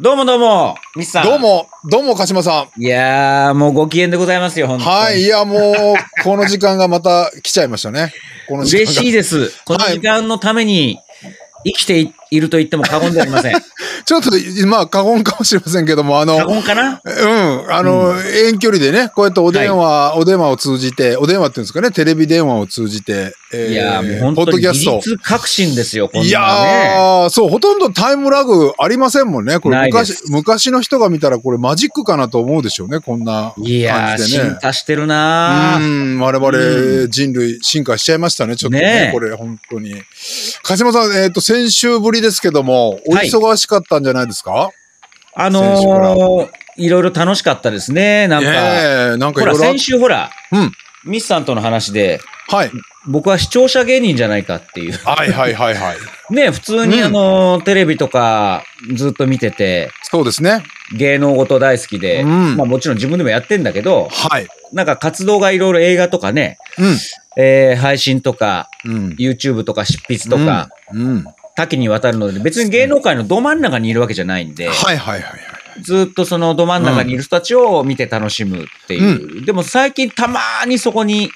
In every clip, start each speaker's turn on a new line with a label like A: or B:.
A: どうもどうも、ミスさん。
B: どう。も、どうも、鹿島さ
A: いやー、もうご機嫌でございますよ、本
B: ん。
A: 当
B: はい、い。や、もう、この時間がまた来ちゃいましたね。この時間が
A: 嬉しいです。この時間のために生きていいると言っても過言ではあり ません。
B: ちょっと、まあ、過言かもしれませんけども、あの、
A: 過言かな
B: うん、あの、遠距離でね、こうやってお電話、お電話を通じて、お電話っていうんですかね、テレビ電話を通じて、えー
A: いやー、もう本
B: ポッ
A: 当
B: ド
A: に
B: キ
A: 技
B: ャスト。
A: 術革新ですよ、こんないのね。
B: やー、そう、ほとんどタイムラグありませんもんね。これ
A: ないで
B: 昔
A: す、
B: 昔の人が見たらこれマジックかなと思うでしょうね、こんな感じ
A: いやー、
B: でね
A: 進。化してる
B: う
A: なー。
B: ん、我
A: う
B: 々人類進化しちゃいましたね、ちょっとね、
A: ねえ
B: これ本当に。鹿島さん、えっ、と、先週ぶりですけども、お
A: はい
B: 忙しかったんじゃないですか、
A: あ
B: 選手から
A: のー、いろいろ楽しかったですね、なんか。
B: ねえ、なんか
A: ほ
B: い
A: ら、
B: ろいろあっ
A: 先週ほら、
B: うん
A: ミスさんとの話で、
B: はい。
A: 僕は視聴者芸人じゃないかっていう。
B: はいはいはいはい。
A: ね、普通
B: う
A: に
B: ん
A: あの、テレビとかずっと見てて、
B: そうですね。
A: 芸能事大好きで、
B: うん
A: まあもちろん自分でもやってんだけど、
B: はい。
A: なんか活動がいろいろ映画とかね、えー配信とか、
B: うん。うん。
A: YouTube とか執筆とか、
B: うん。
A: 多岐にわたるので、別に芸能界のど真ん中にいるわけじゃないんで、
B: はいはいはいはい。
A: ずっとそのど真ん中にいる人たちを見て楽しむっていう。でも最近たまーにそこに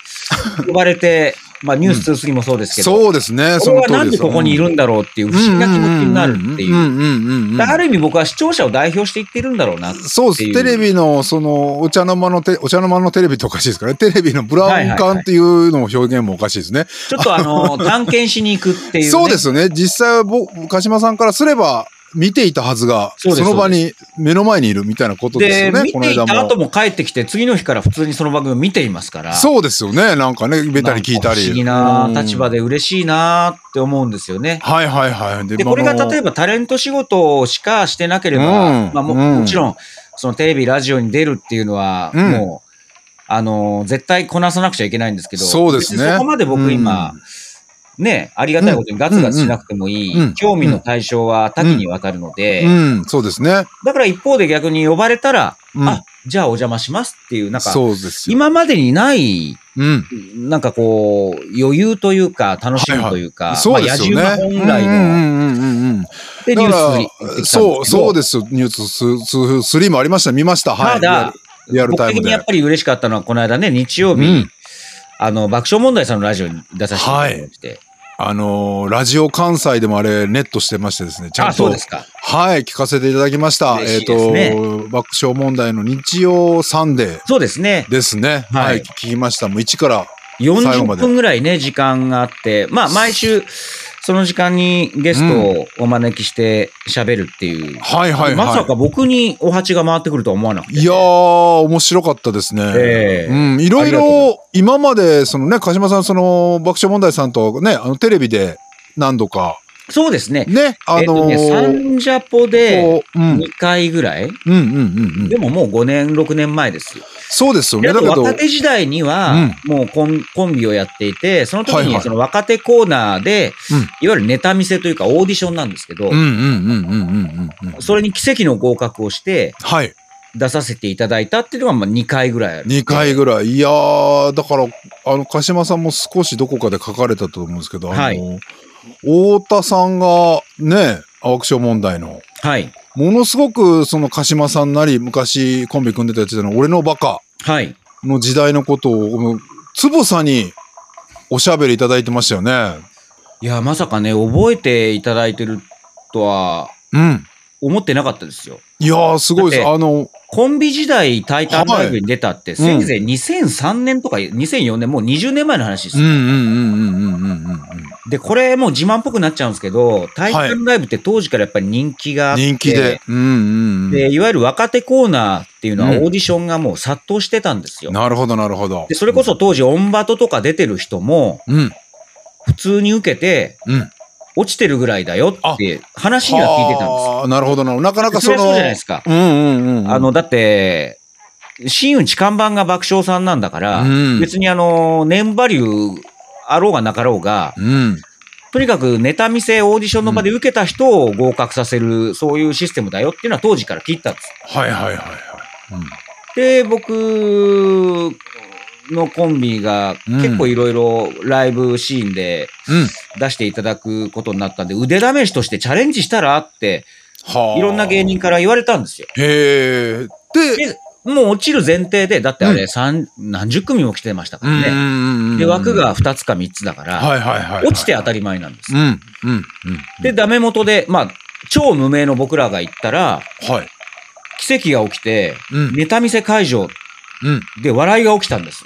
A: 呼ばれて、 まあニュース2 3もそうですけど、
B: そうですね。そ
A: 俺
B: の
A: は
B: 通
A: な
B: り
A: ん
B: で。
A: ですここにいるんだろうっていう不思議な気持ちになるっていう。
B: んうんうんうんうんうんうん
A: だからある意味僕は視聴者を代表していってるんだろうな。
B: そう
A: ってい
B: です。
A: う
B: テレビの、その、お茶の間のテ、お茶の間のテレビっておかしいですからね。テレビのブラウン管っていうのも表現もおかしいですね。
A: ちょっとあ の、探検しに行くっていう、ね。
B: そうで。すよね。実際は僕、鹿島さんからすれば、見ていたはずが、
A: そう
B: そ
A: です
B: の場に、目の前にいるみたいなことです
A: で、
B: よね。
A: 見ていた後も帰ってきて、次の日から普通にその番組見ていますから。
B: そうですよね。なんかね、
A: う
B: ベタに聞いたり。
A: 不思議な立場
B: で。
A: で嬉しいなって思うんですよね。
B: はいはいはい。で
A: で、これが例え
B: ば、
A: ばタレント仕事しかしてなければ、
B: うん
A: まあも
B: うん
A: もちろん、そのテレビ、ラジオに出るっていうのは、
B: うん
A: もう、あの、絶対こなさなくちゃいけないんですけど、
B: そうですね
A: 別にそこまで僕今、ね、ありがたいことにガツガツしなくてもいい、
B: うんうん
A: 興味の対象は多岐にわたるので、
B: うん、そうですね。
A: だから一方で逆に呼ばれたら、
B: うん
A: あ、じゃあお邪魔しますっていう、なんか、
B: そうですよ。
A: 今までにない、
B: うん。
A: なんかこう、余裕というか、楽しみというか、
B: そうですよね。
A: まあ、野獣馬本来の、
B: うんうんうんうんうん。
A: で、ニュー
B: だ
A: ス
B: から
A: に行ってきたん
B: そう、そう
A: で
B: です。ニューススス3もありました。見ました。
A: すけど
B: は
A: た
B: い。
A: だ、
B: リアルリアル
A: 僕
B: タイ
A: 的
B: ム
A: にやっ
B: で。
A: ぱり嬉しかったのは、この間ね、日曜
B: う
A: 日、
B: ん。
A: あの、爆笑問題さんのラジオに出させていただいて、
B: あのーラジオ関西でもあれ、ネットしてましてですね、ちゃ
A: あ、
B: ん
A: そう
B: と
A: で、すか。
B: はい、聞かせていただきました。
A: 嬉
B: えっ、
A: しいですね
B: と、爆笑問題の日曜サンデ
A: そうですね
B: ー。ですね。
A: はい
B: はい、聞きました。もう1から。最後ま
A: 40
B: で
A: 分ぐらいね、時間があって、まあ、毎週、その時間にゲストをお招きして喋るっていう。
B: はいはいはい。
A: まさか僕にお鉢が回ってくるとは思わなくて。
B: いやー、面白かったですね。
A: ええ
B: うん、いろい
A: ありがとうご
B: ろ、今まで、そのね、鹿島さん、その、爆笑問題さんとね、あの、テレビで何度か、
A: そうですね。
B: ね、あ
A: えっと
B: のー
A: ね、サンジャポで
B: こう、うん、
A: 2回ぐらい、
B: うんうんうんうん
A: で。ももう5年、6年前ですよ。
B: そうですよ
A: で
B: ね。
A: あ
B: だ
A: と
B: けど、
A: 若手時代には、もうコンコンビをやっていて、その時
B: はいは
A: に
B: い
A: その若手コーナーで、
B: うん
A: いわゆるネタ見せというかオーディションなんですけど、
B: うんうんうんうんうんうんうん。
A: それに奇跡の合格をして
B: はい。
A: 出させていただいたっていうのがまあ2回ぐらいある。
B: 2回ぐらい。いやー、だから、あの、鹿島さんも少しどこかで書かれたと思うんですけど、あの、
A: はい
B: 太田さんが、ね、青木賞問題の、
A: はい。
B: ものすごく、その鹿島さんなり、昔コンビ組んでたやつでの、俺のバカ
A: はい。
B: の時代のことを、もうつぶさに、おしゃべりいただいてましたよね。
A: いや、まさかね、覚えていただいてるとは
B: うん。
A: 思ってなかったですよ。
B: いやー、すごいで
A: だ
B: す。
A: っ
B: あの、
A: コンビ時代タイタンライブに出たって、
B: はいうん
A: せいぜい2003年とか2004年、もう20年前の話です
B: うん
A: よ。
B: うんうんうんうんうんうん。
A: で、これもう自慢っぽくなっちゃうんですけど、タイタンライブって当時からやっぱり人気があって、
B: 人気で。うんうんうん。
A: で、いわゆる若手コーナーっていうのはオ
B: うん
A: ーディションがもう殺到してたんですよ。
B: なるほど、なるほど。
A: で、それこそ、当時オンバトとか出てる人も
B: うん、
A: 普通に受けて
B: うん。
A: 落ちてるぐらいだよって話には聞いてたんですよ
B: あーなるほどな。なかな
A: で。
B: か
A: そ
B: そ
A: れはそ
B: の、
A: うじゃないですか。
B: うんうんうん。
A: あの、だって、新内看板が爆笑さんなんだから、
B: うん
A: 別にあの、ネームバリューあろうがなかろうが、
B: うん。
A: とにかくネタ見せオーディションの場で受けた人を合格させる、そういうシステムだよっていうのは当時から聞いてたんです。
B: はいはいはいはい。
A: で、僕のコンビが
B: うん
A: 結構いろいろライブシーンで
B: うん。うん。
A: 出していただくことになったんで、腕試しとしてチャレンジしたらって
B: はあ
A: いろんな芸人から言われたんですよ。
B: へえ。で、
A: で、もう落ちる前提で、だってあ
B: う
A: れ、三何十組も来てましたからね。
B: ね
A: で、枠、が2つか3つだから、
B: はいはいはい。
A: 落ちて当たり前なんです
B: う。ん、うん、うん。
A: で、ダメ元で、まあ、超無名の僕らが行ったら、
B: はい。
A: 奇跡が起きて、
B: うん、
A: ネタ見せ会場
B: うん。
A: で笑いが起きたんです。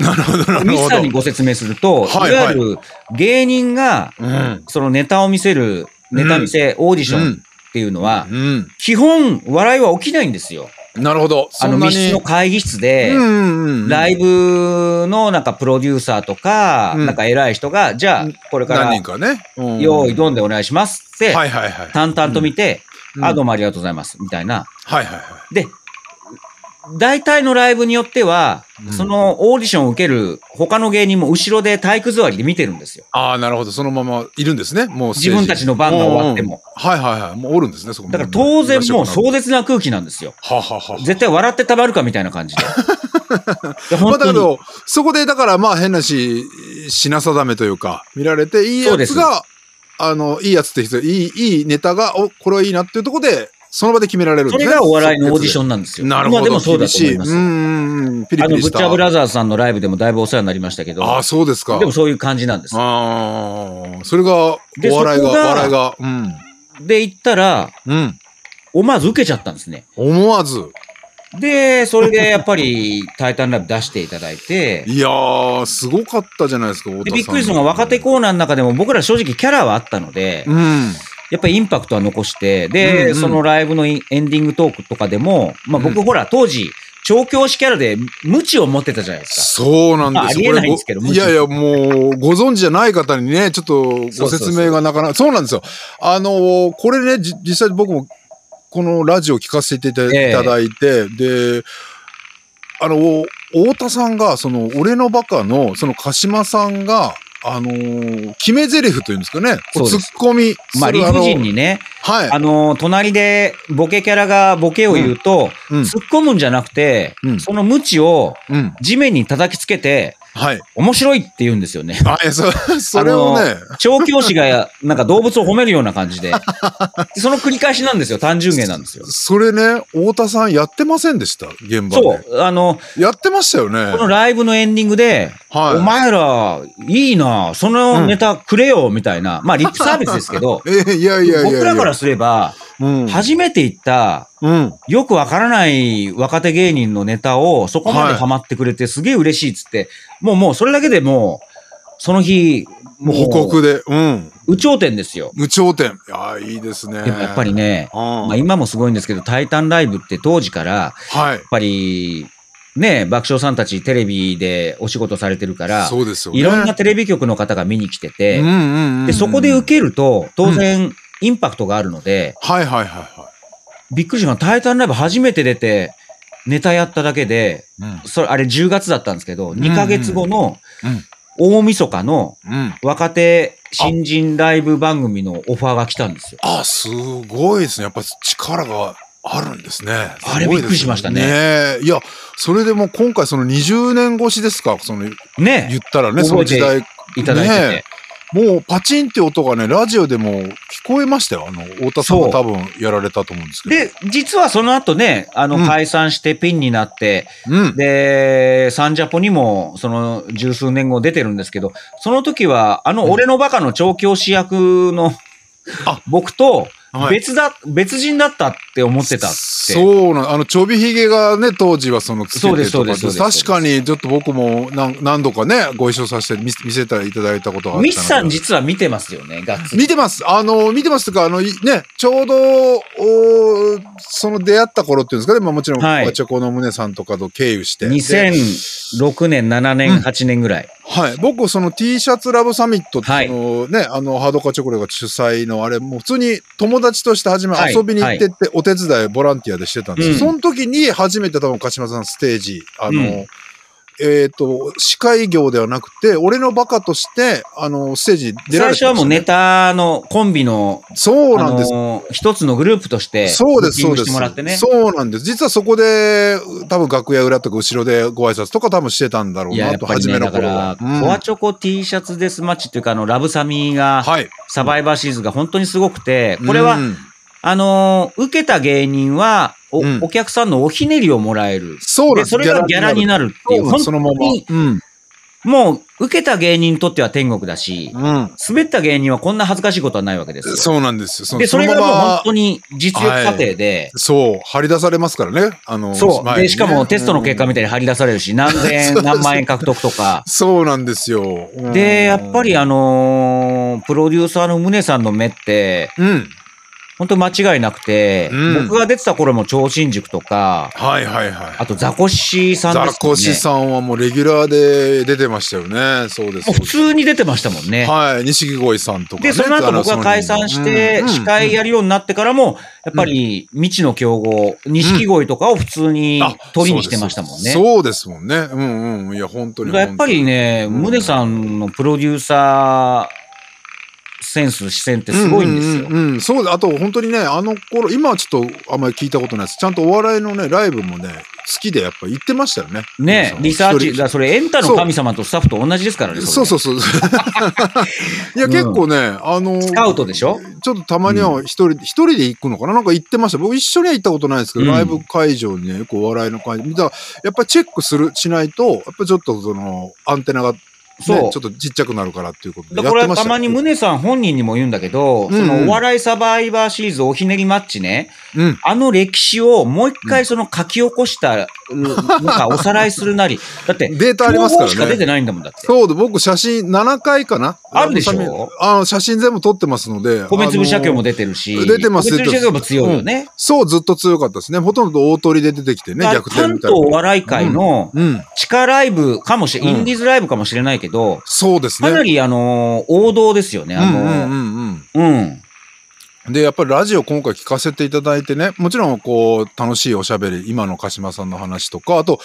B: なるほど、なる
A: ミス
B: ほ
A: さ
B: ど。
A: んにご説明すると、
B: はい
A: い
B: はい
A: わゆる芸人が、
B: うん
A: そのネタを見せる、ネタ見せオーディションっていうのは、
B: うん、
A: 基本笑いは起きないんですよ。
B: うん。なるほど。
A: あの
B: そんな
A: 密
B: に
A: 室の会議室で、
B: うんうんうん、
A: ライブのなんかプロデューサーとか、
B: うん
A: なんか偉い人が、じゃあ
B: うん、
A: これか
B: 何
A: ら
B: 人、かね。うん
A: 用意ドンでお願いしますって、
B: はいはいはい。
A: 淡々と見て、
B: うん
A: あ、どうもありがとうございます、みたいな。
B: はいはいはい。
A: で、大体のライブによっては、
B: うん
A: そのオーディションを受ける他の芸人も後ろで体育座りで見てるんですよ。
B: ああ、なるほど。そのままいるんですね。もう
A: 自分たちの番が終わって
B: も。うんうん
A: も。
B: はいはいはい。もうおるんですね、そこ
A: だから当然もう
B: う。
A: 壮絶な空気なんですよ。
B: ははは。
A: 絶対笑ってたまるかみたいな感 じで。で
B: まあ
A: 本
B: だ
A: 当
B: け
A: に
B: ど、そこで、だからまあ変なし、品定めというか、見られて、いい
A: そ
B: や
A: うで
B: つ
A: す
B: が、あの、いいやつって人、いい、いいネタが、お、これはいいなっていうところで、その場で決められるん
A: そ
B: ですね。
A: れがお笑いのオーディショ
B: ン
A: ンなんですよ。
B: なるほど。
A: 今でもそうだと思いま
B: 厳
A: す
B: し。うんうんうん。ピリ
A: あ
B: ピ
A: の、
B: リ
A: ブ
B: し
A: ッ
B: た。
A: チャーブラザーズさんのライブでもだいぶお世話になりましたけど、
B: ああ、そうですか。
A: でもそういう感じなんです。
B: ああ、それが、お
A: で
B: 笑いが、
A: そこが
B: 笑いが、うん。
A: で、行ったら、
B: うん。
A: 思わず受けちゃったんですね。
B: 思わず。
A: で、それでやっぱり、タイタンライブ出していただいて、
B: いやー、すごかったじゃないですか、太田
A: で
B: さん。
A: びっくりするのが若手コーナーの中でも僕ら正直キャラはあったので、
B: うん。
A: やっぱりインパクトは残して、
B: うん
A: で、
B: うん
A: そのライブのインエンディングトークとかでも、まあ僕
B: うん
A: ほら当時、調教師キャラで無知を持ってたじゃないです
B: そうなん
A: ま
B: ですよ。
A: あありえないんですけど
B: これごいやいや、もう、ご存知じゃない方にね、ちょっと
A: そ
B: ご
A: うそうそう
B: 説明がなかなか、そうなんですよ。あのー、これね、じ実際僕も、このラジオ聞かせていた
A: ええ
B: いただいて、で、あの、お太田さんが、その、俺のバカの、その、鹿島さんが、あのー決め台詞というんですかね、こ
A: そ
B: うツ
A: うです
B: ッコミ
A: か。まあ
B: する
A: 理
B: の
A: 不尽にね、
B: はい。
A: あの、隣でボケキャラがボケを言うと、
B: うん、
A: 突っ込むんじゃなくて、
B: うん
A: その無知を
B: うん、
A: 地面に叩きつけて、
B: はい。
A: 面白いって言うんですよね。
B: あ、え、そ、それをね、
A: 調教師 が、なんか動物を褒めるような感じで。でその繰り返しなんですよ。単純芸なんです よ。
B: それね、太田さんやってませんでした現場
A: そ
B: で。
A: う。あの、
B: やってましたよね。
A: このライブのエンディングで、
B: はい。、
A: お前ら、いいなそのネタくれよ、みたいな。まあ、リップサービスですけど
B: えい やいやいやいや。
A: 僕らからすれば、
B: うん、
A: 初めて行った、
B: うん。
A: よくわからない若手芸人のネタをそこまで
B: はい
A: ハマってくれてすげえ嬉しいっつって、もうもうそれだけでもう、その日、
B: もう報告で。うん。
A: 有頂天ですよ。
B: 無頂点。いや、いいですね。
A: でもやっぱり。ね、
B: うん。
A: まあ、今もすごいんですけど、タイタンライブって当時から、やっ
B: はい。
A: ぱり、ね、爆笑さんたちテレビでお仕事されてるから、
B: そうですよね。
A: いろんなテレビ局の方が見に来て
B: うん
A: て、
B: うんうん。
A: でそこで受けると、当然、インパクトがあるので、
B: はいはいはいは
A: びっくりしたのはタイタンライブ初めて出て、ネタやっただけで、
B: い。うん。
A: それ、あれ10月だったんですけど、
B: ん
A: 2ヶ月後の
B: うん、
A: 大晦日の
B: うん。
A: 若手新人ライブ番組のオファーが来たんですよ。
B: あ、すごいですね。やっぱ力があるんですね。
A: あれ
B: すご
A: びっ
B: いです
A: くりしましたね
B: ねえいや、それでも今回その20年越しですか、その言
A: ね、
B: ったらね、その
A: 覚えて
B: 時代
A: いただいてて。
B: ねもうパチンって音がね、ラジオでも聞こえましたよ。あの、太田さんが多分やられたと思うんですけど。
A: で、実はその後ね、あの、
B: うん
A: 解散してピンになって、
B: うん。
A: で、サンジャポにも、その、十数年後出てるんですけど、その時は、あ
B: うん
A: の、俺のバカの調教師役の
B: あ、
A: 僕と、
B: はい
A: 別だ、別人だったって思ってたって。
B: そうなん、あの、ちょびひげがね、当時はそのつけてと
A: そう
B: か
A: ですそうですそうです
B: 確かに、ちょっと僕も何何度かね、ご一緒させて見せ見せていただいたことがあったので。
A: ミスさん実は見てますよね、ガッツリ。
B: 見てます。あの、見てますとか、あの、いね、ちょうど、おーその出会った頃っていうんですかね、まあもちろん、
A: はい
B: バチョコの胸さんとかと経由して。で
A: 2006年、7
B: うん
A: 年、8年ぐらい。
B: はい。僕、その T シャツラボサミットって、
A: はい
B: そのね、あの、ハードカチョコレートが主催のあれ、もう普通に友達として初め
A: はい
B: 遊びに行ってって、お手伝い、ボランティアでしてたんです、
A: うん
B: その時に初めて多分、鹿島さんステージ、あの、
A: うん
B: えっ、と、司会業ではなくて、俺のバカとして、あの、ステージに出
A: 最初
B: られてま
A: は
B: した
A: もうネタのコンビの、
B: そうなんです
A: あ。の一つのグループとして、
B: そうです、
A: ブ
B: そ
A: ッキング
B: うで
A: してもらって
B: す。
A: ね。
B: そうなんです。実はそこで、多分楽屋裏とか後ろでご挨拶とか多分してたんだろう
A: いや、や
B: な
A: っ
B: と、
A: ぱり
B: 初
A: ね、
B: め
A: だ
B: の
A: か
B: 頃
A: ら、
B: は。うん
A: コアチョコ T シャツデスマッチっていうか、あの、ラブサミが、
B: はい。
A: サバイバーシリーズが本当にすごくて、これ
B: う
A: は
B: ん
A: あのー受けた芸人はお、
B: うん
A: お客さんのおひねりをもらえる。
B: そうなん
A: で、
B: です
A: それがギャラに
B: なる
A: なるっていう。
B: そうなんですそのまま
A: 本。
B: うん。
A: 当にもう、受けた芸人にとっては天国だし、
B: うん。
A: 滑った芸人はこんな恥ずかしいことはないわけですよ。
B: そうなんですよ。その
A: で、それが
B: の
A: もう
B: ま
A: 本
B: ま
A: 当に実力過程で、
B: そう、張り出されますからね。あの、
A: そう。
B: 前に
A: で、
B: ね
A: しかもテストの結果みたいに張り出されるし、何 千円、何万円獲得とか。
B: そうなんですよ。うん
A: で、やっぱり、あのープロデューサーの宗さんの目って、
B: うん。
A: 本当間違いなくて、
B: うん
A: 僕が出てた頃も超新塾とか、
B: はいはいはい。
A: あとザコシさんですよ
B: ザ
A: ね。
B: コシさんはもうレギュラーで出てましたよね。そうです。
A: もう
B: そう
A: 普
B: です
A: 通に出てましたもんね。
B: はい。錦鯉さんとかね。
A: で、その後僕
B: あ
A: が
B: の
A: 解散して
B: う、ん
A: 司会やるようになってからも、やっぱり未知の競合、錦鯉とかを普通に
B: あ
A: 鳥にしてましたもんね。
B: そうですそうですもんね。うんうん。いや、本当
A: だ
B: に。
A: からやっぱりね、
B: うん
A: ムネさんのプロデューサーセンス、視線ってすごいんですよ。
B: うんうんうんうんそうだあと本当にね、あの頃、今はちょっとあんまり聞いたことないです。ちゃんとお笑いのね、ライブもね、好きでやっぱ行ってましたよね。
A: ね
B: そ、の
A: リサーチ、だ
B: 一人
A: からそれエンタの神様とスタッフと同じですからね。れね
B: そうそ うそう。いや、
A: うん
B: 結構ね、あの、
A: スカウトでしょ
B: ちょっとたまには一人、一人で行くのかななんか行ってました。僕一緒には行ったことないですけど、
A: うん
B: ライブ会場にね、よくお笑いの会場。だからやっぱりチェックする、しないと、やっぱりちょっとその、アンテナが、ね、ち
A: そ
B: ょ
A: う
B: っとちっちゃくなるからっていうことで
A: だ
B: や
A: か
B: っ
A: ら
B: て
A: これ
B: ました
A: た
B: よ
A: まにムネさん本人にも言うんだけど、
B: うんう
A: そ
B: ん
A: のお笑いサバイバーシリーズおひねりマッチね、
B: うん。
A: あの歴史をもう一回その書き起こした、うんなんかおさらいするなり、だって、
B: デー タあります
A: 競
B: か
A: 合しから出て
B: ね。
A: ないんだもんだって。
B: そうで、僕写真7回かな
A: あるでしょ
B: あのあの写真全部撮ってますので。
A: 米粒社協も
B: 出
A: 出てるし、
B: 出てます
A: 米粒社協も強いよね。
B: そう、ずっと強かったですね。ほとんど大鳥で出てきてね、
A: だ
B: 逆
A: から関
B: 転みた
A: 東
B: い
A: お
B: な。
A: 笑い界の
B: うん。
A: 地下ライブかもしれ、
B: うん
A: インディーズライブかもしれないけど、
B: そうですね。
A: かなりあのー王道ですよね。あ
B: うんうん
A: のー
B: うんうん。
A: うん。
B: で、やっぱりラジオ今回聞かせていただいてね、もちろんこう、楽しいおしゃべり、今の鹿島さんの話とか、あと、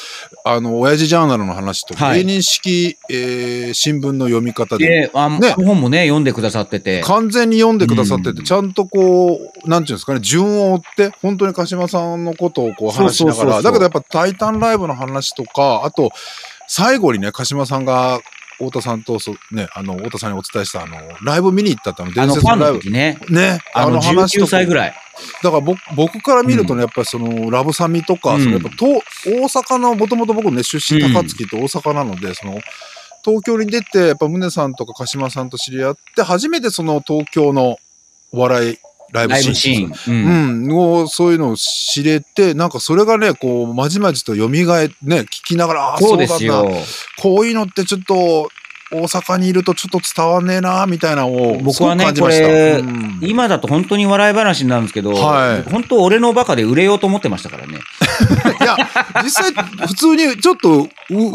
B: あの、親父ジャーナルの話とか、
A: はい
B: 芸人式、えー新聞の読み方で、
A: で、あの
B: ね
A: 本もね、読んでくださってて。
B: 完全に読んでくださって
A: う
B: て、
A: ん
B: ちゃんとこう、なんていうんですかね、順を追って、本当に鹿島さんのことをこう話し
A: そうそう
B: なが
A: そうそう
B: ら、だけどやっぱタイタンライブの話とか、あと、最後にね、鹿島さんが、太田さんとそう、ね、あの、太田さんにお伝えした、あの、ライブ見に行ったって、あの、
A: あ
B: 伝
A: の、フ
B: 説
A: ァ
B: の
A: ン
B: ライ
A: の
B: ブ。
A: 時ね。
B: ね、
A: あの、19歳ぐらい。
B: だから僕僕から見るとね、やっぱりそのラブサミとか、
A: うん
B: そのやっぱ東大阪の、もともと僕ね、出身高槻って大阪なので、その、東京に出て、やっぱ宗さんとか鹿島さんと知り合って、初めてその東京のお笑いライブ
A: ライ
B: シー
A: ブ
B: ン。
A: シーン。
B: う
A: うん。
B: ん、のそういうのを知れて、なんかそれがね、こう、まじまじと蘇え、ね、聞きながら、あー
A: そうです
B: なん
A: よ
B: だ。こういうのってちょっと、大阪にいるとちょっと伝わんねえな、みたいなのを、
A: 僕はね
B: すごく感じました
A: これ
B: うん
A: 今だと本当に笑い話になるんですけど、
B: はい
A: 本当俺のバカで売れようと思ってましたからね。
B: いや、実際、普通にちょっとう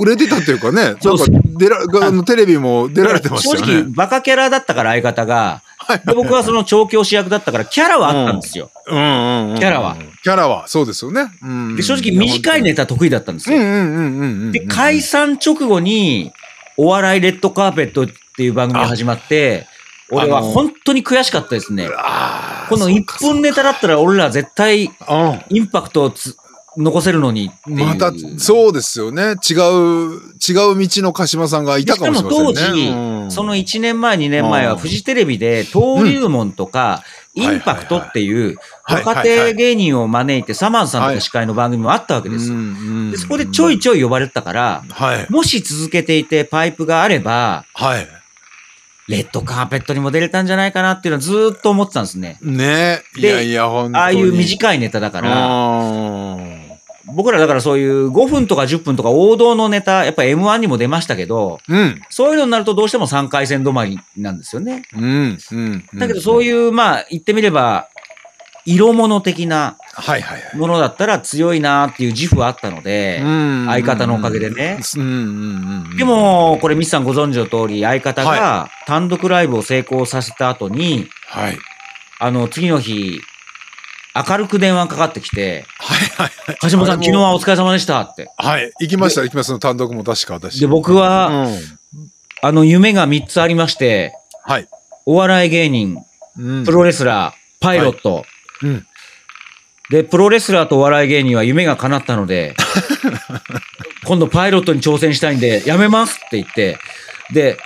B: 売れてたっていうかね、なん
A: そうそ
B: か出ら、があのテレビも出られてましたよ
A: 正直
B: ね。
A: バカキャラだったから相方が、で僕はその調教師役だったからキャラはあったんですよ。
B: うんうんうん
A: キャラは。
B: キャラは、そうですよね。うん
A: で正直短いネタ得意だったんです
B: うん
A: よ。
B: うんうんうんうん。
A: で、解散直後に、お笑いレッドカーペットっていう番組が始まって、
B: あ
A: 俺は
B: あの
A: 本当に悔しかったですね。
B: あー
A: この
B: そう
A: 1
B: か
A: 分ネタだったら俺ら絶対
B: うん
A: インパクトをつ残せるのにっていう。
B: また、そうですよね。違う、違う道の鹿島さんがい
A: で
B: た
A: し
B: か
A: か
B: も
A: も
B: しれません
A: 当
B: ね。
A: 時、
B: うん
A: その1年前、2年前は
B: うん
A: フジテレビで、登竜門とか、
B: うん
A: インパクトっていう、
B: はいはいはい
A: 若手芸人を招いて、サマンさんとか司会の番組もあったわけです。
B: うんうん
A: でそこでちょいちょい呼ばれてたから、
B: はい。
A: もし続けていてパイプがあれば、
B: はい。
A: レッドカーペットにも出れたんじゃないかなっていうのはずーっと思ってたんですね。
B: ねい
A: で
B: やいや、本当に。
A: ああいう短いネタだから、
B: うん
A: 僕らだからそういう5分とか10分とか王道のネタ、やっぱ M1 にも出ましたけど、
B: うん。
A: そういうのになるとどうしても3回戦止まりなんですよね。
B: うん。うん。
A: だけどそう
B: い
A: いう、まあ、言ってみれば、色物的な
B: うん。はいはいはい。
A: ものだったら強いなっていう自負はあったので、相
B: 相
A: 方のおかげでね。
B: うんうんうん、
A: で、も、これ、ミスさんご存知の通り、相方が
B: は
A: 単独ライブを成功させた後に、
B: はい。
A: あの、次の日、明るく電話かかってきて、
B: はいはいはい。
A: 橋本さん、
B: あ
A: 昨
B: れ
A: 日
B: も
A: はお疲れ様でしたって。
B: はい。行きました、行きました。単独も確か私。
A: で、僕は、
B: うん
A: あの、夢が3つありまして、
B: はい。
A: お笑い芸人、
B: うん
A: プロレスラー、パイロット、
B: うん
A: で、プロレスラーとお笑い芸人は夢が叶ったの で、今度パイロットに挑戦したいんで、やめますって言って、で、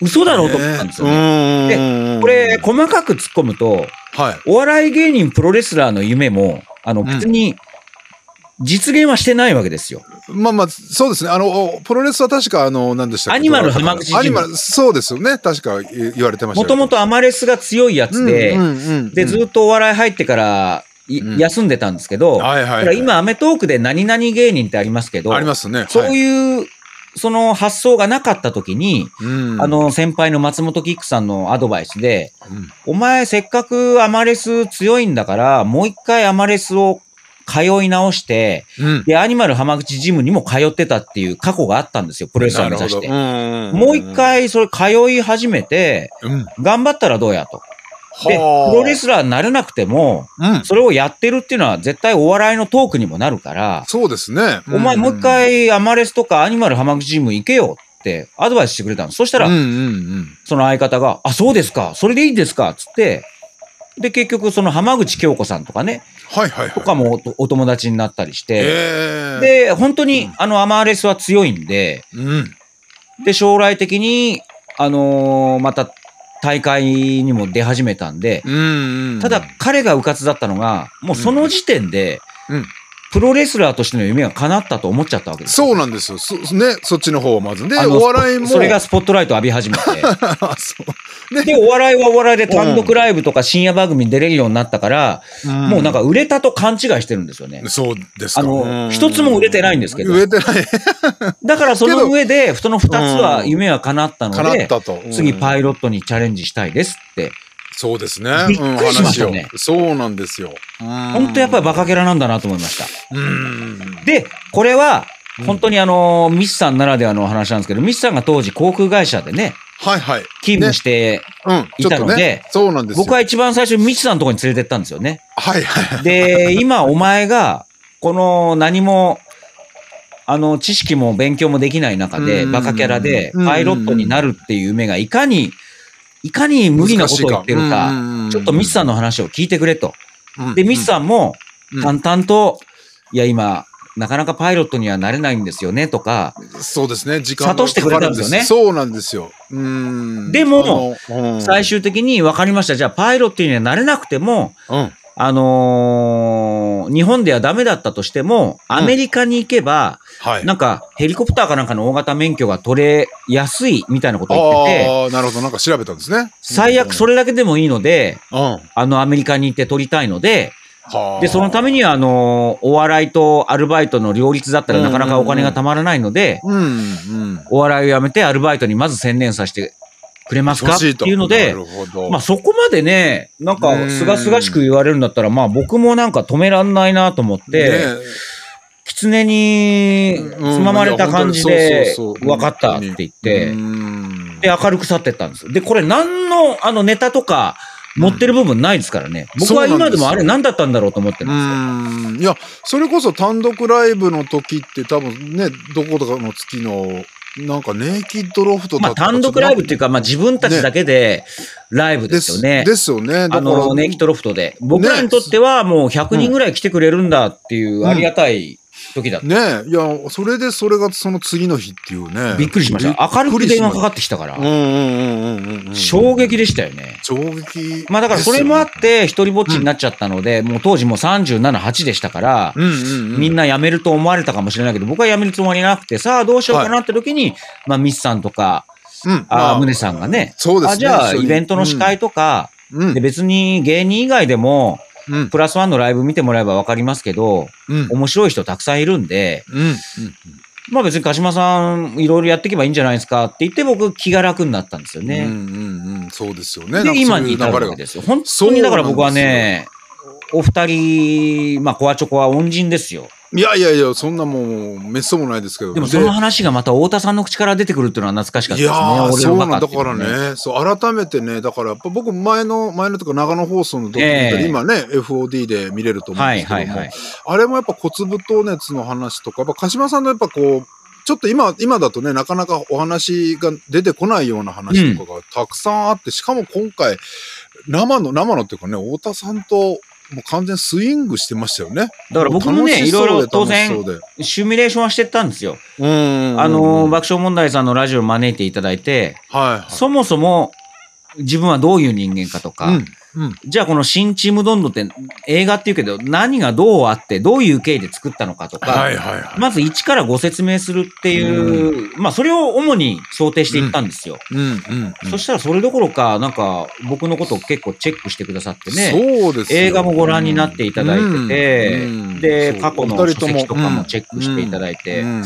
A: 嘘だろうと思ったんですよね。
B: ねうんうんうんうん
A: これ、細かく突っ込むと、
B: はい。
A: お笑い芸人、プロレスラーの夢も、あの、
B: うん
A: 別に、実現はしてないわけですよ。
B: まあまあ、そうですね。あの、プロレスは確か、あの、何でしたっけ
A: アニマル浜口ジム
B: アニマル、そうですよね。確か言言われてました
A: もともとアマレスが強いやつで、で、ず
B: っ
A: っとお笑い入ってからい、
B: うん
A: 休んでたんですけど、
B: はいはいは
A: だ
B: い、
A: から今、アメトークで何々芸人ってありますけど、
B: ありますね。
A: そう
B: う、
A: いう、その発想がなかった時に、
B: うん、
A: あ、の、先輩の松本キックさんのアドバイスで、
B: う
A: お
B: ん、
A: 前せっかくアマレス強いんだから、もう一回アマレスを通い直して、
B: うん、
A: で、アニマル浜口ジムにも通ってたっていう過去があったんですよ、プロレスラーを目指して。もう一回それ通い始めて、
B: うん、
A: 頑張ったらどうやと。で、プロレ
B: ス、
A: スラーになれなくても、
B: うん、
A: それをやってるっていうのは絶対お笑いのトークにもなるから、
B: そうですね。
A: お前もう一回アマレスとかアニマル浜口ジム行けよってアドバイスしてくれたの。そしたら、
B: うんうん
A: その相方が、あ、そうですか、それでいいですか、つって、で、結局、その浜口京子さんとかね、
B: はいはいはい。
A: とかもおお友達になったりして、
B: ええ
A: で、本当に
B: うん、
A: あの、アマーレスは強いんで、
B: うん、
A: で、将来的に、あのーまた、大会にも出始めたんで、
B: うん、うん
A: ただ、彼がうかつだったのが、もうその時点で
B: うん、
A: プロレスラーとしての夢が叶ったと思っちゃったわけですよ。
B: そうなんですよ。そね、そっちの方はまず。で、
A: あの
B: お笑いも。
A: それが、スポットライトを浴び始めて。
B: そう
A: で、お笑いはお笑いで単独ライブとか深夜番組に出れるようになったから、もうなんか、売れたと勘違いしてるんですよね。
B: そうですか。
A: あの
B: うん
A: 一つも売れてないんですけど
B: 売れてない。
A: だからその上で、その二つは
B: うん
A: 夢は叶ったの
B: 叶っ
A: で、
B: たと。
A: 次パ
B: イ。
A: イロットにチャレンジしたいですって。
B: そうですね。
A: びっくりしましたよね
B: うん話をそうなんですよ。本
A: 本当やっぱりバカ
B: げ。
A: ゲラなんだなと思いました。
B: うん。
A: で、これは
B: うん、
A: 本当にあの、ミスさんならではのお話なんですけど、ミスさんが当時航空会社でね、
B: はいはい。
A: 勤務して、
B: うん。
A: いたので
B: ね。そうなんですよ。
A: 僕は一番最初にミスさんのところに連れてったんですよね。
B: はいはい。
A: で、今お前が、この何も、あの、知識も勉強もできない中で、
B: うん
A: バカキャラで、
B: うん
A: パイロットになるっていう夢がいかに、いかに無理なことを言ってるか、
B: か
A: ちょっとミスさん
B: の、
A: の話を聞いてくれと。
B: うん
A: で、ミスさんも、
B: うん
A: 淡々と、いや、今、なかなかパイロットにはなれないんですよね、とか、
B: そうですね、時間が
A: 諭してくれたんですよね
B: かかるんですそうなんですよ。うん。
A: でも
B: あの、うん
A: 最、終的に分かりました。じゃあ、パイロットにはなれなくても、
B: うん。
A: あのー日本ではダメだったとしても、アメリカに行けば、
B: はい。
A: なんか、ヘリコプターかなんかの大型免許が取れやすいみたいなことを言ってて、
B: ああ、なるほど。なんか調べたんですね。
A: 最悪そ
B: れ。
A: れだけでもいいので、
B: うん。は
A: あの、アメリカに行って取りたいので、
B: あ
A: で、そのためには、あの、お笑いとアルバイトの両立だったらなかなかお金が貯まらないので、
B: うん、うん。
A: お笑いをやめてアルバイトにまず専念させてくれますか
B: 欲
A: っ
B: してと
A: いうの
B: な
A: で
B: る、ほど。
A: まあそこまでね、なんか
B: うん、
A: すがすがしく言われるんだったら、まあ僕もなんか止めらんないなと思って、
B: ね
A: 狐につままれた感じで、分かったって言って、
B: うん
A: で、明るく去ってったんですよ。で、これ何の、あの、ネタとか、持ってる部分ないですからね。
B: うん
A: 僕は
B: そうな
A: 今
B: んで
A: です
B: よ
A: もあれ何だったんだろうと思って
B: う
A: ます
B: ん。いや、それこそ単独ライブの時って多分ね、どことかの月の、なんかネイキッドロフト
A: よ。まあ、
B: だったか
A: 単独ライブって
B: ちょ
A: いうか、まあ、自分たちだけで、ライブですよね。
B: ですよね。だか
A: あ
B: ら
A: の、ネイキトロフトで。僕らにとっては、もう100人ぐらい来てくれるんだっていう、
B: うん
A: ありがたい時だった。
B: ねえ、いや、それでそれがその次の日っていうね。
A: びっくりしました。明るく電話かかってきたか
B: うん
A: ら、
B: うんうんうんうん。
A: 衝撃でしたよね。
B: 衝撃。
A: まあだからそれもあって、一人ぼっちになっちゃったので、もう当時もう37、8でしたから、
B: うんうんうん。
A: みん
B: な。
A: な辞めると思われたかもしれないけど、僕は辞めるつもりなくて、さあどうしようかなって時に、まあ、ミスさんとか、
B: うん。
A: あー、ムネ
B: さ
A: さんがね、
B: そうです
A: あじ
B: ね。
A: ゃあ、
B: 一緒
A: イ
B: に
A: ベントの司会。とか、
B: うん。うん
A: で別に芸人以外でも、
B: うん。
A: プラスワンのライブ見てもらえばわかりますけど、
B: うん。
A: 面白い人たくさんいるんで、
B: うん。
A: まあ別に鹿島さん、いろいろやっていけばいいんじゃないですかって言って、僕、気が楽になったんですよ
B: うんう
A: ね。
B: んうん。そうですよね。なんか
A: で、今に至
B: そうい
A: る
B: う流れ
A: わけ
B: が
A: ですよ。本当にだから僕はね、お二人、まあ、コアチョコは恩人ですよ。
B: いやいやいや、そんなもん、めっそうもないですけど。
A: でもその話がまた太田さんの口から出てくるっていうのは懐かしかっ
B: い
A: たですね。
B: やー
A: 俺
B: そう
A: の
B: な
A: バカ
B: んだ
A: っていう
B: か
A: の
B: ら
A: ね
B: ね、そう、改めてね、だからやっぱ僕、前の、前のとか長野放送の時、
A: ええ
B: 今ね、FOD で見れると思うん
A: は
B: で
A: い
B: すけ
A: は
B: ど
A: い
B: も
A: は、い。
B: あれもやっぱ骨太熱の話とか、やっぱ鹿島さんのやっぱこう、ちょっと今、今だとね、なかなかお話が出てこないような話とかがたくさんあって、しかも今回、生の、生のっていうかね、太田さんと、もう完全スイングしてましたよね。
A: だから僕もね、
B: 楽
A: い
B: し
A: ろい
B: そ
A: う
B: で
A: ろ当然
B: 楽しそうで
A: シミュレーションはしてったんですよ。
B: うんうんうん。
A: あのー、爆笑問題さんのラジオを招いていただいて、
B: はいはい。
A: そもそも自分はどういう人間かとか、
B: うんうん
A: じゃあこの新チームどんどんって映画っていうけど、何がどうあって、どういう経緯で作ったのかとか、
B: はいはいはい。
A: まず一からご説明するっていう、まあそれを主に想定していったんですよ。
B: うんうん、うん
A: そしたらそれどころか、なんか僕のことを結構チェックしてくださってね、
B: そうですよ
A: 映画もご覧になっていただいてて、
B: うんうん
A: で、
B: そう
A: 過去の
B: お
A: 書
B: 二人とも
A: 籍とかもチェックしていただいて、
B: うんうん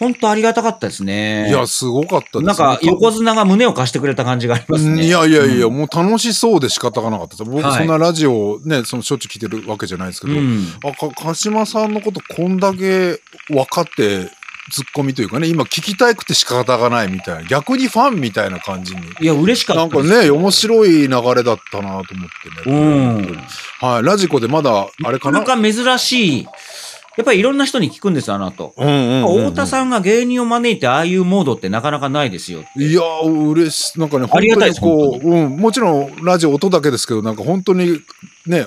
A: 本当ありがたかったですね。
B: いや、すごかったですね
A: なんか横綱が胸を貸してくれた感じがありますね。
B: いやいやいや、
A: うん
B: もう楽しそうで仕方がなかったです。僕、
A: はい
B: そんなラジオね、そのしょっちゅう聞いてるわけじゃないですけど、
A: うん
B: あか鹿島さんのことこんだけ分かって、ツッコミというかね、今聞きたくて仕方がないみたいな、逆にファンみたいな感じに。
A: いや、嬉しか
B: な
A: っ
B: ん
A: たで
B: か
A: す。
B: ね、面白い流れだったなと思ってね。
A: うん。
B: はい、ラジコでまだ、あれかな
A: な。かなか珍しい。やっぱりいろんな人に聞くんですよ、あの後。
B: うんうんうんうん
A: 太田さんが芸人を招いてああいうモードってなかなかないですよ。
B: いやー、嬉しい。なんかね、
A: ありがたいです
B: 本当にこう、うん、もちろんラジオ音だけですけど、なんか本当にね、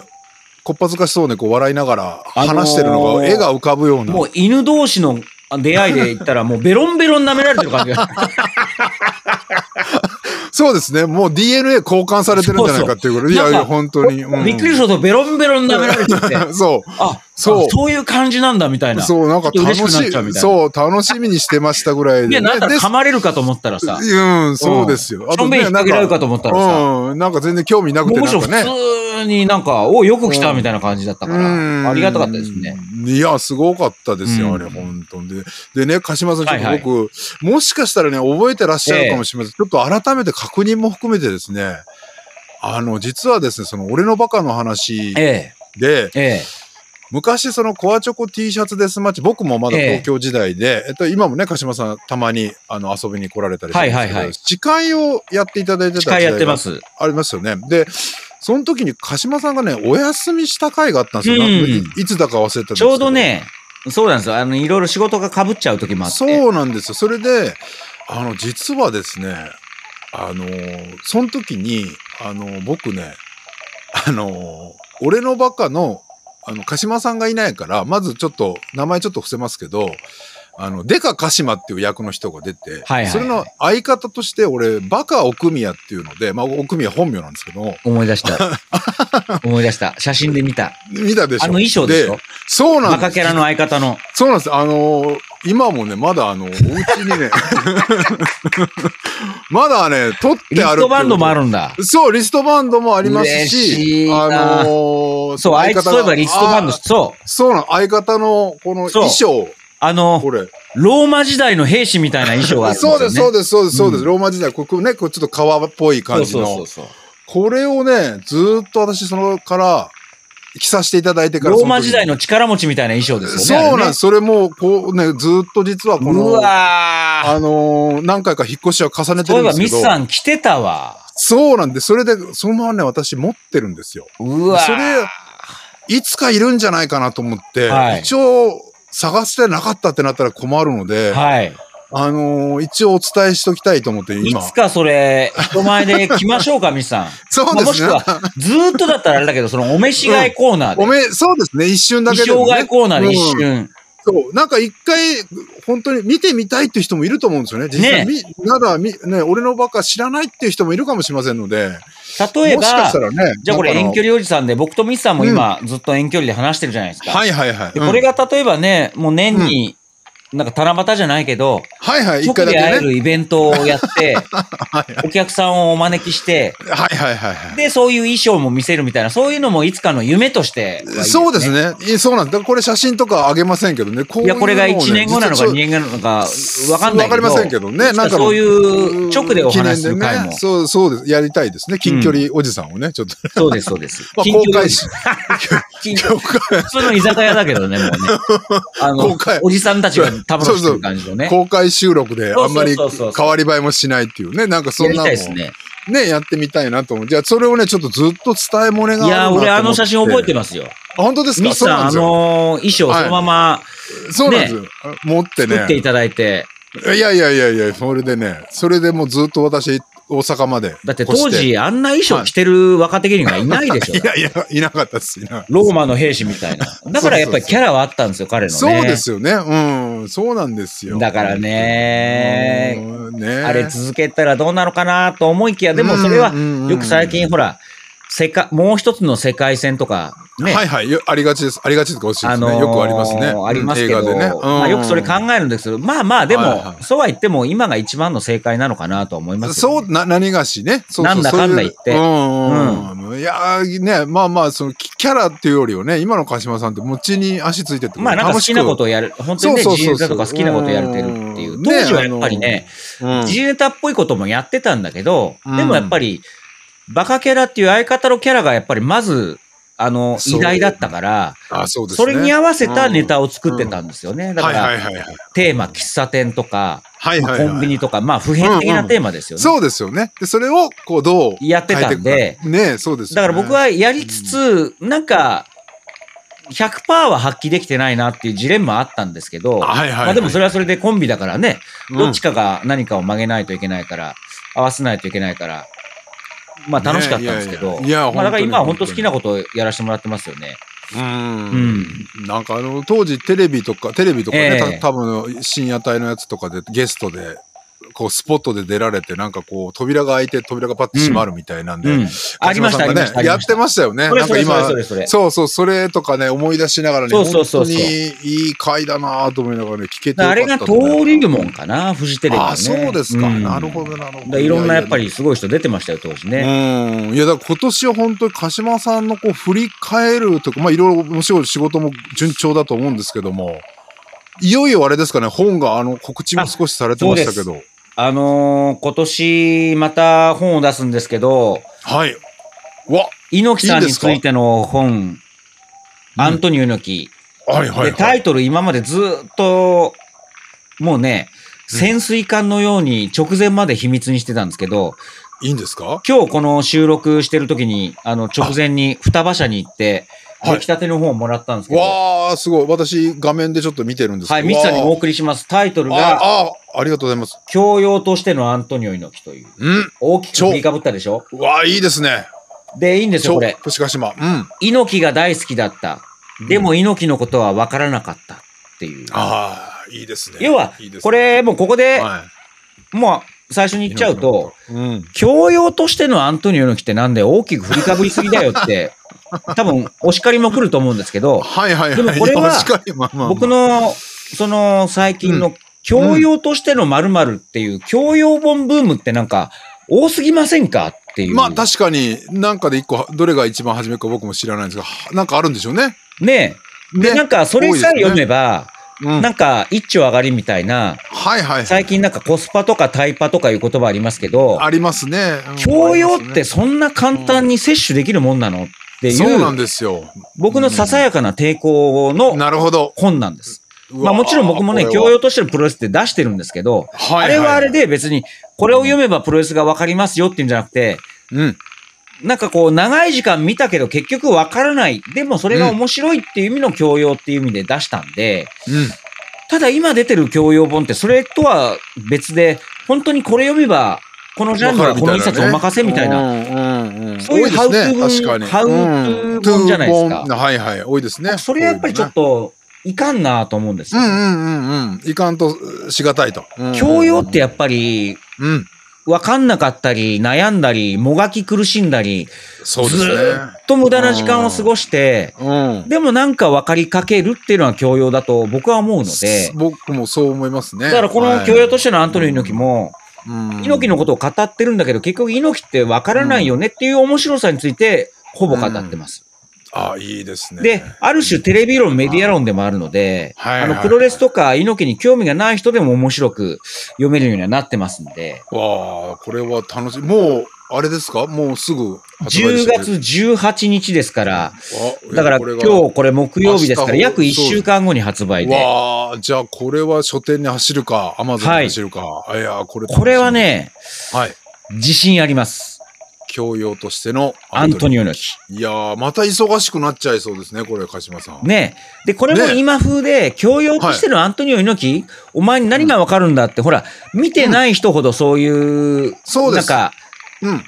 B: こっぱずかしそうにこう笑いながら
A: あのー
B: 話してるのが、絵が浮かぶような。
A: もう犬同士の出会いで言ったらもうベロンベロン舐められてる感じが。
B: そうですね、もう DNA 交換されてるんじゃないかっていうぐらい。い
A: そうそう
B: やい
A: なん
B: や、
A: か
B: 本当に。うん
A: びっくりするほどベロンベロン舐められてて。
B: そ
A: あ、
B: そう、
A: あそういう感じなんだみたいうな。
B: そう、なんか
A: ちょっと
B: 楽
A: 嬉しくなっちゃうみ
B: した
A: い
B: い、
A: な
B: そう、楽しみにしてましたぐらいで、
A: いや、なんだ
B: で
A: 噛まれるかと思ったらさ、
B: うん、そうですよ。
A: しょんべん引っ掛けられるかと思ったらさ、
B: うん、なんか全然興味なくて、
A: むし
B: な
A: ろ
B: んか
A: 普
B: ね。
A: 通になんか、およく来たみたいな感じだったか
B: うん
A: ら、ありがたかったですね。。
B: いや、すごかったですよ、
A: うん
B: あれ、本当に。ででね、鹿島さん、ちょっ
A: はいはい
B: と僕、もしかしたらね、覚えてらっしゃるかもしれません。ちょっと改めて確認も含めてですね、あの、実はですね、その、俺のバカの話
A: え
B: で、
A: え、ええ。
B: 昔、その、コアチョコ T シャツデスマッチ、僕もまだ
A: ええ
B: 東京時代で、えっと、今もね、鹿島さん、たまに、あの、遊びに来られたりしてるんですけど、
A: はいはいはい
B: 司会をやっていただいてた。
A: 司会やってますす。
B: ありますよね。で、その時に鹿島さんがね、お休みした回があったんですよ。
A: うん
B: いいつだか忘れてたんですけ
A: ちょうどね、そうなんですよ。あの、いろいろ仕事が被っちゃう時もあって。
B: そうなんですよ。それで、あの、実はですね、あの、その時に、あの、僕ね、あの、俺のバカの、あの、鹿島さんがいないから、まずちょっと、名前ちょっと伏せますけど、あの、デカ鹿島っていう役の人が出て、
A: はいはい
B: それの相方として、俺、バカ奥宮っていうので、まあ、奥宮本名なんですけど、
A: 思い出 した。思い出した。写真で見た。
B: 見たでしょ
A: あの衣装でしょ
B: そうなん
A: バ
B: で
A: カ
B: す
A: キャラの相方の。
B: そうなんです。あのー今もね、まだあの、お家にね、 まだね、取ってあ
A: リス
B: るっていう
A: トバンドもあるんだ。
B: そう、リストバンドもありますし、
A: 嬉しい
B: あ
A: な
B: のー
A: そう、あいつ、そういえばリストバンド、
B: あー
A: そう。
B: そうなの、相方のこの
A: そう
B: 衣装、
A: あの
B: こ、れ。
A: ローマ時代の兵士みたいな衣装があるんです
B: そ
A: よ、
B: うで
A: ね。
B: す、そう
A: で
B: です、そうです、そうです。
A: うん
B: ローマ時代、ここね、こうちょっと革っぽい感じの。
A: そうそうそう
B: これをね、ずーっと私、そのから、着させていただいて
A: そう。
B: から。
A: ローマ時代
B: の
A: の力持ちみたいな衣装で
B: 時に。
A: す
B: そ
A: よね。
B: うなんです。それも、こうね、ずーっと実は
A: あれ
B: こ
A: ね
B: の、
A: うわー。
B: あのー何回か引っ越しは重ねて
A: そうい
B: る
A: えば
B: んです
A: ミ
B: けど。
A: スさん着てたわ。
B: そうなんで、それで、そのままね、私持ってるんですよ。
A: うわー。
B: それいつかいるんじゃないかなと思って、
A: はい
B: 一応、探してなかったってなったら困るので、
A: はい。
B: あのー一応お伝えしときたいと思って、
A: い
B: 今。
A: つかそれ、人前で着ましょう か、ミスさん。
B: そう
A: まあ
B: で
A: もし
B: す
A: く
B: ね。
A: は、ずーっとだったらあれだけど、そのお召し替えコーナーで。
B: おめ、そうですね、一瞬だけで
A: 衣
B: も、
A: 装替え
B: ね。
A: コーナーで一瞬。
B: そう。なんか一回、本当に見てみたいっていう人もいると思うんですよね。実際、みまだみ、ね、俺のバカ知らないっていう人もいるかもしれませんので、
A: 例え
B: もしか
A: ば
B: した、らね。
A: じゃあこれ
B: なんか
A: 遠距離おじさんで、僕とミスさんも今ずっと遠距離で話してるじゃないですか。
B: はいはいはい。
A: で
B: うん
A: これが例えばね、もう年に、なんか七夕じゃないけど、
B: はいはい、一
A: 直
B: 回だ
A: で
B: け
A: 会え
B: ね。
A: るイベントをや って、お客さんをお招きして、
B: はいはいはいはい。
A: で、そういう衣装も見せるみたいな、そういうのもいつかの夢としてはいい、
B: そうです。ね。いそうなんです。だからこれ写真とかあげませんけどね。こう
A: いや、これが
B: いうのをね
A: 1年後なのか
B: 実は
A: 2年後なのか、わかんないけど。
B: わかりませんけどね。なんかの
A: そういう直でお話しする
B: 記
A: 回
B: 念で
A: も
B: ね。。そう、そうです。やりたいですね。近距離おじさんをね、ちょっと。
A: そうです、そうです。
B: まあ
A: 近距
B: 公
A: 離
B: 開し、
A: 近距離普通の居酒屋だけどね、もう ね。あの
B: 公開、
A: おじさんたちがたむろしてる感じのね。
B: 公開収録であんまり
A: そうそうそうそう
B: 変わり映えもしないっていうね。なんかそ
A: や
B: ん
A: り
B: な
A: た
B: の
A: い
B: も
A: ですね。
B: ね、やってみたいなと思う。じゃあそれをね、ちょっとずっと伝え漏れが
A: い
B: あ
A: やー、
B: るなと思って。
A: 俺あの写真覚えてますよ。
B: あ、本当です
A: ミ
B: か
A: ス
B: そう
A: さん、
B: な
A: あ
B: んですよ。
A: のー、衣装をそのまま
B: そうなんですよ。持って
A: 作って
B: ね。
A: いただいて。
B: いやいやいやいや、それでね、それでもうずっと私、大阪まで。
A: だって当時、あんな衣装着てる若手芸人がいないでしょ
B: い。やいや、いなかったです。いなかった
A: ローマの兵士みたいな。だからやっぱりキャラはあったんですよ、彼のね。
B: そうですよね。うん。そうなんですよ。
A: だからね
B: うん。ね
A: あれ続けたらどうなのかなと思いきや、でもそれは
B: うんうんうん
A: よく最近ほら、世界、もう一つの世界線とか、ね。
B: はいはい。よありがちです。ありがちとか欲しいですね。
A: ー
B: よくありますね。
A: ありますけ
B: うん
A: ど、
B: 映画でね。
A: まあ、よくそれ考えるんですけど、まあまあ、でも、
B: はいはい
A: そうは言っても、今が一番の正解なのかなとは思いますよ
B: そう、な、何がしね。そうそう
A: なんだかんだ言って
B: そういううん、うん。いやー、ね、まあまあ、その、キキャラっていうよりはね、今の鹿島さんって、もう血に足ついてって、、
A: まあ、なんか好きなこととをやる。本当にね、
B: そうそ
A: 自
B: うそう
A: 由
B: そ
A: だ
B: う
A: とか好きなことやれてるっていうう。
B: ん
A: 当時はやっぱりね、
B: うん
A: 自由ネタっぽいこともやってたんだけど、
B: うん
A: でもやっぱり、バカキャラっていう相方のキャラがやっぱりまず、あの、
B: そう
A: 偉大だったから、
B: あ、そうです
A: そ
B: ね。
A: れに合わせたネタを作ってたんですよね。だか
B: はいはい
A: ら、
B: はいはい。
A: テーマ、喫茶店とか、
B: はいはい、はい。
A: コンビニとか、まあ、普遍的なテーマですよね。
B: そうですよね。で、それを、こう、どう
A: やってたんで
B: 変えていくか。ねそうですよ
A: だ
B: ね、
A: から僕はやりつつ、なんか、100%は発揮できてないなっていうジレンマあったんですけど、
B: あ、はいはい、はい。
A: まあでもそれはそれでコンビだからね、
B: うん
A: どっちかが何かを曲げないといけないから、合わせないといけないから、まあ楽しかったんですけど、
B: ねいやいやいや
A: まあだから今は本当
B: 本当に
A: 好きなことをやらせてもらってますよね。
B: うん
A: うん。
B: なんかあの当時テレビとかテレビとかね、
A: ええ
B: た多分深夜帯のやつとかでゲストでこうスポットで出られてなんかこう扉が開いて扉がパッて閉まるみたいなんで、
A: うん。ありました、あり
B: 勝間
A: ま
B: さ
A: した。あ
B: んがね
A: り
B: や
A: ま
B: っ
A: した
B: てましたよね
A: そ
B: な
A: れ
B: んか今
A: それそれそれそ
B: そうそうそれとかね思い出しながらね
A: そうそうそうそう
B: 本当にいい回だなぁと思いながらね聞けて
A: れ。あれが登竜門
B: か
A: かな、フジテレビのね。
B: あそうですか、
A: うん
B: なるほどな
A: だ
B: るほ
A: から
B: ど
A: いろんなやっぱ
B: り
A: りすごい人出てましたよ、当時ね。
B: うん。いや、だから今年は本当に鹿島さんのこう振り返るとか、まあいろいろもちろん仕事も順調だと思うんですけども、いよいよあれですかね、本があの告知も少しされてましたけど。
A: あのー今年また本を出すんですけど、
B: はい。うわ、
A: 猪木さん
B: いいん
A: に
B: です
A: つ
B: か
A: いての本、アントニオ猪木。
B: はいはい
A: で、タ
B: はい。
A: イトル今までずっと、もうね、潜水艦のように直前まで秘密にしてたんですけど、
B: いいんですか
A: 今日この収録してる時に、あの、直前に双馬車に行って、
B: はい
A: 出来たての本をもらったんですけど、は
B: わー、すごい。私、画面でちょっと見てるんですけ
A: い、
B: ど。
A: ミツさんにもお
B: わ
A: 送りします。タイトル
B: ーあ
A: が、
B: ああ、りがとうございます。
A: 教養としてのアントニオ猪木という。
B: うん。
A: 大きく振りかぶったでしょ
B: うわー、いいですね。
A: で、いいんですよ、これ。
B: 超鹿島。うん。
A: 猪木が大好きだった。でも猪木のことは分からなかったっていう。
B: ああ、いいですね。
A: 要は、これ、もうここ
B: いい
A: で
B: ですね、、は
A: もう最初に言っちゃうと、、
B: うん。
A: 教養としてのアントニオ猪木ってなんで大きく振りかぶりすぎだよ って、多分お叱りも来ると思うんですけど、
B: はいはいはい。
A: でもこれはい
B: や確かにまあまあまあ
A: 僕の、その最近
B: う
A: の教養としての〇〇っていう教養本ブームってなんか多すぎませんかっていう。
B: まあ確かに、なんかで一個、どれが一番初めか僕も知らないんですが、はなんかあるんでしょうね。
A: ねえ。で、なんかそれさえ読めば、
B: うん、
A: なんか一丁上がりみたいな、
B: はいはい。
A: 最近なんかコスパとかタイパとかいう言葉ありますけど、
B: ありますね。うん
A: 教養っ
B: あり
A: て
B: ます
A: そんな簡単に摂取できるもんなのって
B: ね
A: いう。
B: そうなんですよ。
A: 僕のささやかな抵抗の
B: なるほど。
A: 本なんです。
B: う
A: ま
B: わ
A: あもちろん僕もね、
B: これ
A: 教
B: は
A: 養としてのプロレスって出してるんですけど、
B: は
A: あ
B: い
A: れはあれ、で別に、これを読めばプロレスがわかりますよっていうんじゃなくて、
B: うん。
A: なんかこう長い時間見たけど結局わからない。でもそれが面白いっていう意味の教養っていう意味で出したんで、
B: うん。
A: ただ今出てる教養本ってそれとは別で、本当にこれ読めば、このジャンルはこの一冊お任せみたいな。
B: な。うんうんん
A: そういう
B: 多です
A: how
B: ね
A: to
B: 確かに。
A: how to
B: うん
A: 本じゃないですか
B: to 本はいはい。多いですね。
A: それやっぱりちょっ
B: と。
A: といかんなと思うんです
B: う
A: よ
B: ん。うんうんうん。いかんとしがたいと。
A: 教養ってやっぱり
B: うん。
A: 分かんなかったり、悩んだり、もがき苦しんだり、
B: そうで
A: ず
B: すね。
A: ーっと無駄な時間を過ごして、
B: うん。
A: でもなんか分かりかけるっていうのは教養だと僕は思うので、
B: 僕もそう思いますね。
A: だからこの教養としてのアントニオ猪木も、
B: 猪
A: 猪木のことを語ってるんだけど、結局猪木って分からないよねっていう面白さについて、ほぼ語ってます。
B: あ、いいですね。
A: で、ある種テレビ論、メディア論でもあるので、
B: はい
A: あ
B: はい
A: の、プロレスとか猪木に興味がない人でも面白く読めるようにはなってますんで、
B: わあ、これは楽しい。もう、あれですかもうすぐ発売
A: 10
B: してる。
A: 月18日ですから、
B: あ
A: だから
B: こ
A: 今
B: れ
A: 日
B: が
A: これ木曜日ですか
B: 明
A: ら
B: 日
A: 約1週間後に発売で。
B: わあ、じゃあこれは書店に走るか、アマゾンに走るか。い、やーこれ楽しみ
A: これは、ね、
B: はい。
A: 自信あります。
B: 教養としての
A: アントニ
B: オ。
A: オ猪
B: いやーまた忙しくなっちゃいそうですね、これ、鹿島さん。
A: 木。ねで、これも
B: ね
A: 今風で、教養としてのアントニオ猪木、お前に何がわかるんだって、ほら、見てない人ほどそういう、
B: そうで
A: なん
B: す
A: か、
B: うん。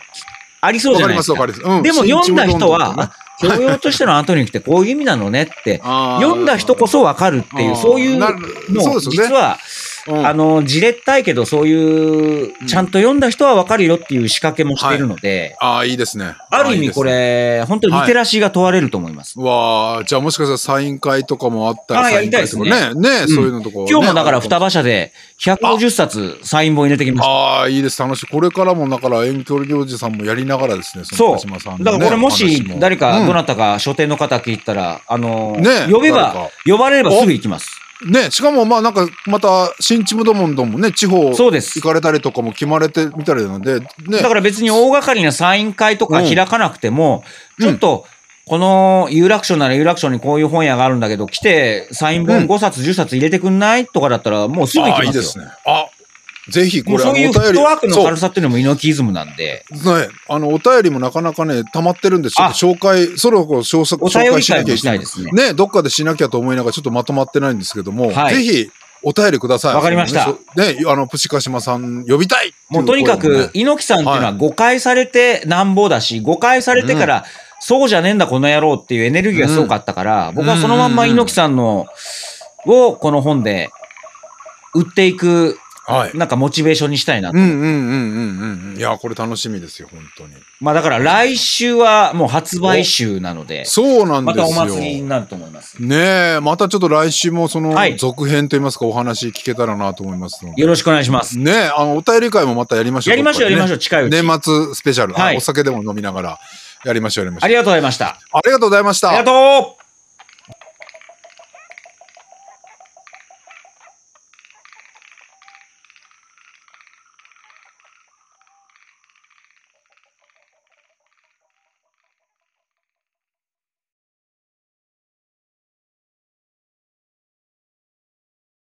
A: ありそう
B: わ
A: じゃ
B: か
A: な
B: り
A: い
B: ま、
A: ですす
B: わ
A: か。
B: かります。うん。
A: でも読んだ人は、あ
B: 新
A: 教
B: 一郎
A: 養としてのアントニオ猪木ってこういう意味なのねって、
B: あー
A: 読んだ人こそわかるっていう、そういう
B: な
A: の
B: る
A: を
B: そうですよ
A: 実
B: ね。
A: は
B: うん
A: あの、じれったいけど、そういう
B: う、ん
A: ちゃんと読んだ人はわかるよっていう仕掛けもしているので、
B: ああ、いいですね。
A: ある意味こ
B: ああ。いいで
A: れ、本当にリテラシーが問われると思います。
B: すねわあ、じゃあもしかしたらサイン会とかもあった
A: ああ
B: ら、サイ
A: やり
B: ン
A: たいで
B: 会
A: す
B: と
A: ね
B: かね。ね
A: ん
B: そういうのとかね。
A: 今日もだから
B: あるか
A: 双葉社で150冊サイン本入れてきまし
B: ああ、いいです。楽しい。これからもだから遠距離行事さんもやりながらですね、の
A: そう
B: 鹿島さ
A: た。
B: んの
A: だからこれ
B: ね
A: も
B: お話
A: し誰
B: う
A: か、
B: ん
A: どなたか書店の方聞いたら、あの、
B: ね
A: 呼べ
B: 誰
A: ば
B: か、
A: 呼ばれればすぐ行きます。
B: ね、しかもまあなんか、また、新ちむどもんどもね、地方
A: そ
B: 行
A: うです。
B: かれたりとかも決まれてみたりなので、ね。
A: だから別に大掛かりなサイン会とか
B: うん
A: 開かなくても、
B: うん
A: ちょっと、この有楽町なら有楽町にこういう本屋があるんだけど、来てサイン
B: うん
A: 本5冊、10冊入れてくんないとかだったら、もうすぐ行
B: ああ
A: き
B: いい
A: ま
B: です
A: すよ。
B: ね。あ、ぜひ
A: も
B: こ
A: う
B: れ、
A: そういう
B: あ
A: フッ
B: のお便り
A: トワークの
B: そう
A: 軽さっていうのも猪木イズムなんで、
B: ね、あの、お便りもなかなかね、溜まってるんで、ちょっと
A: あ
B: 紹介、そろそろ紹介
A: お便り
B: 紹介しな
A: 会
B: きゃ
A: も
B: い
A: し
B: けな
A: ないい。ですね。
B: ね、どっかでしなきゃと思いながら、ちょっとまとまってないんですけども、
A: はい
B: ぜひ、お便りください。
A: わかりました
B: ね、そうねあの、プチカシマさん呼びたいってい
A: もうとにか
B: 声も
A: く
B: ね、
A: 猪木さんっていうの
B: は
A: は誤解されてなんぼだし、誤解されてから、そうじゃねえんだこの野郎っていうエネルギーがすごかったから、僕はそのまんま猪木さんの、をこの本で売っていく、
B: はい。
A: なんかモチベーションにしたいなと。
B: うんうんうんうんうんうん。いや、これ楽しみですよ、本当に。
A: まあだから来週はもう発売週なので、
B: そうなん
A: ま
B: です
A: た
B: よ。
A: お祭りになると思います。
B: ねえ、またちょっと来週もその
A: はい
B: 続編といいますか、お話聞けたらなと思いますので。
A: よろしくお願いします。
B: ねえ、あの、お便り会もまたやりましょう。
A: やりましょう、やりまし
B: ょ
A: ょう、近いうち。
B: 年末スペシャル、あ
A: はい
B: お酒でも飲みながらやりましょう、やりましょ
A: あ
B: う。
A: りがとうございました。
B: ありがとうございました。
A: ありがとう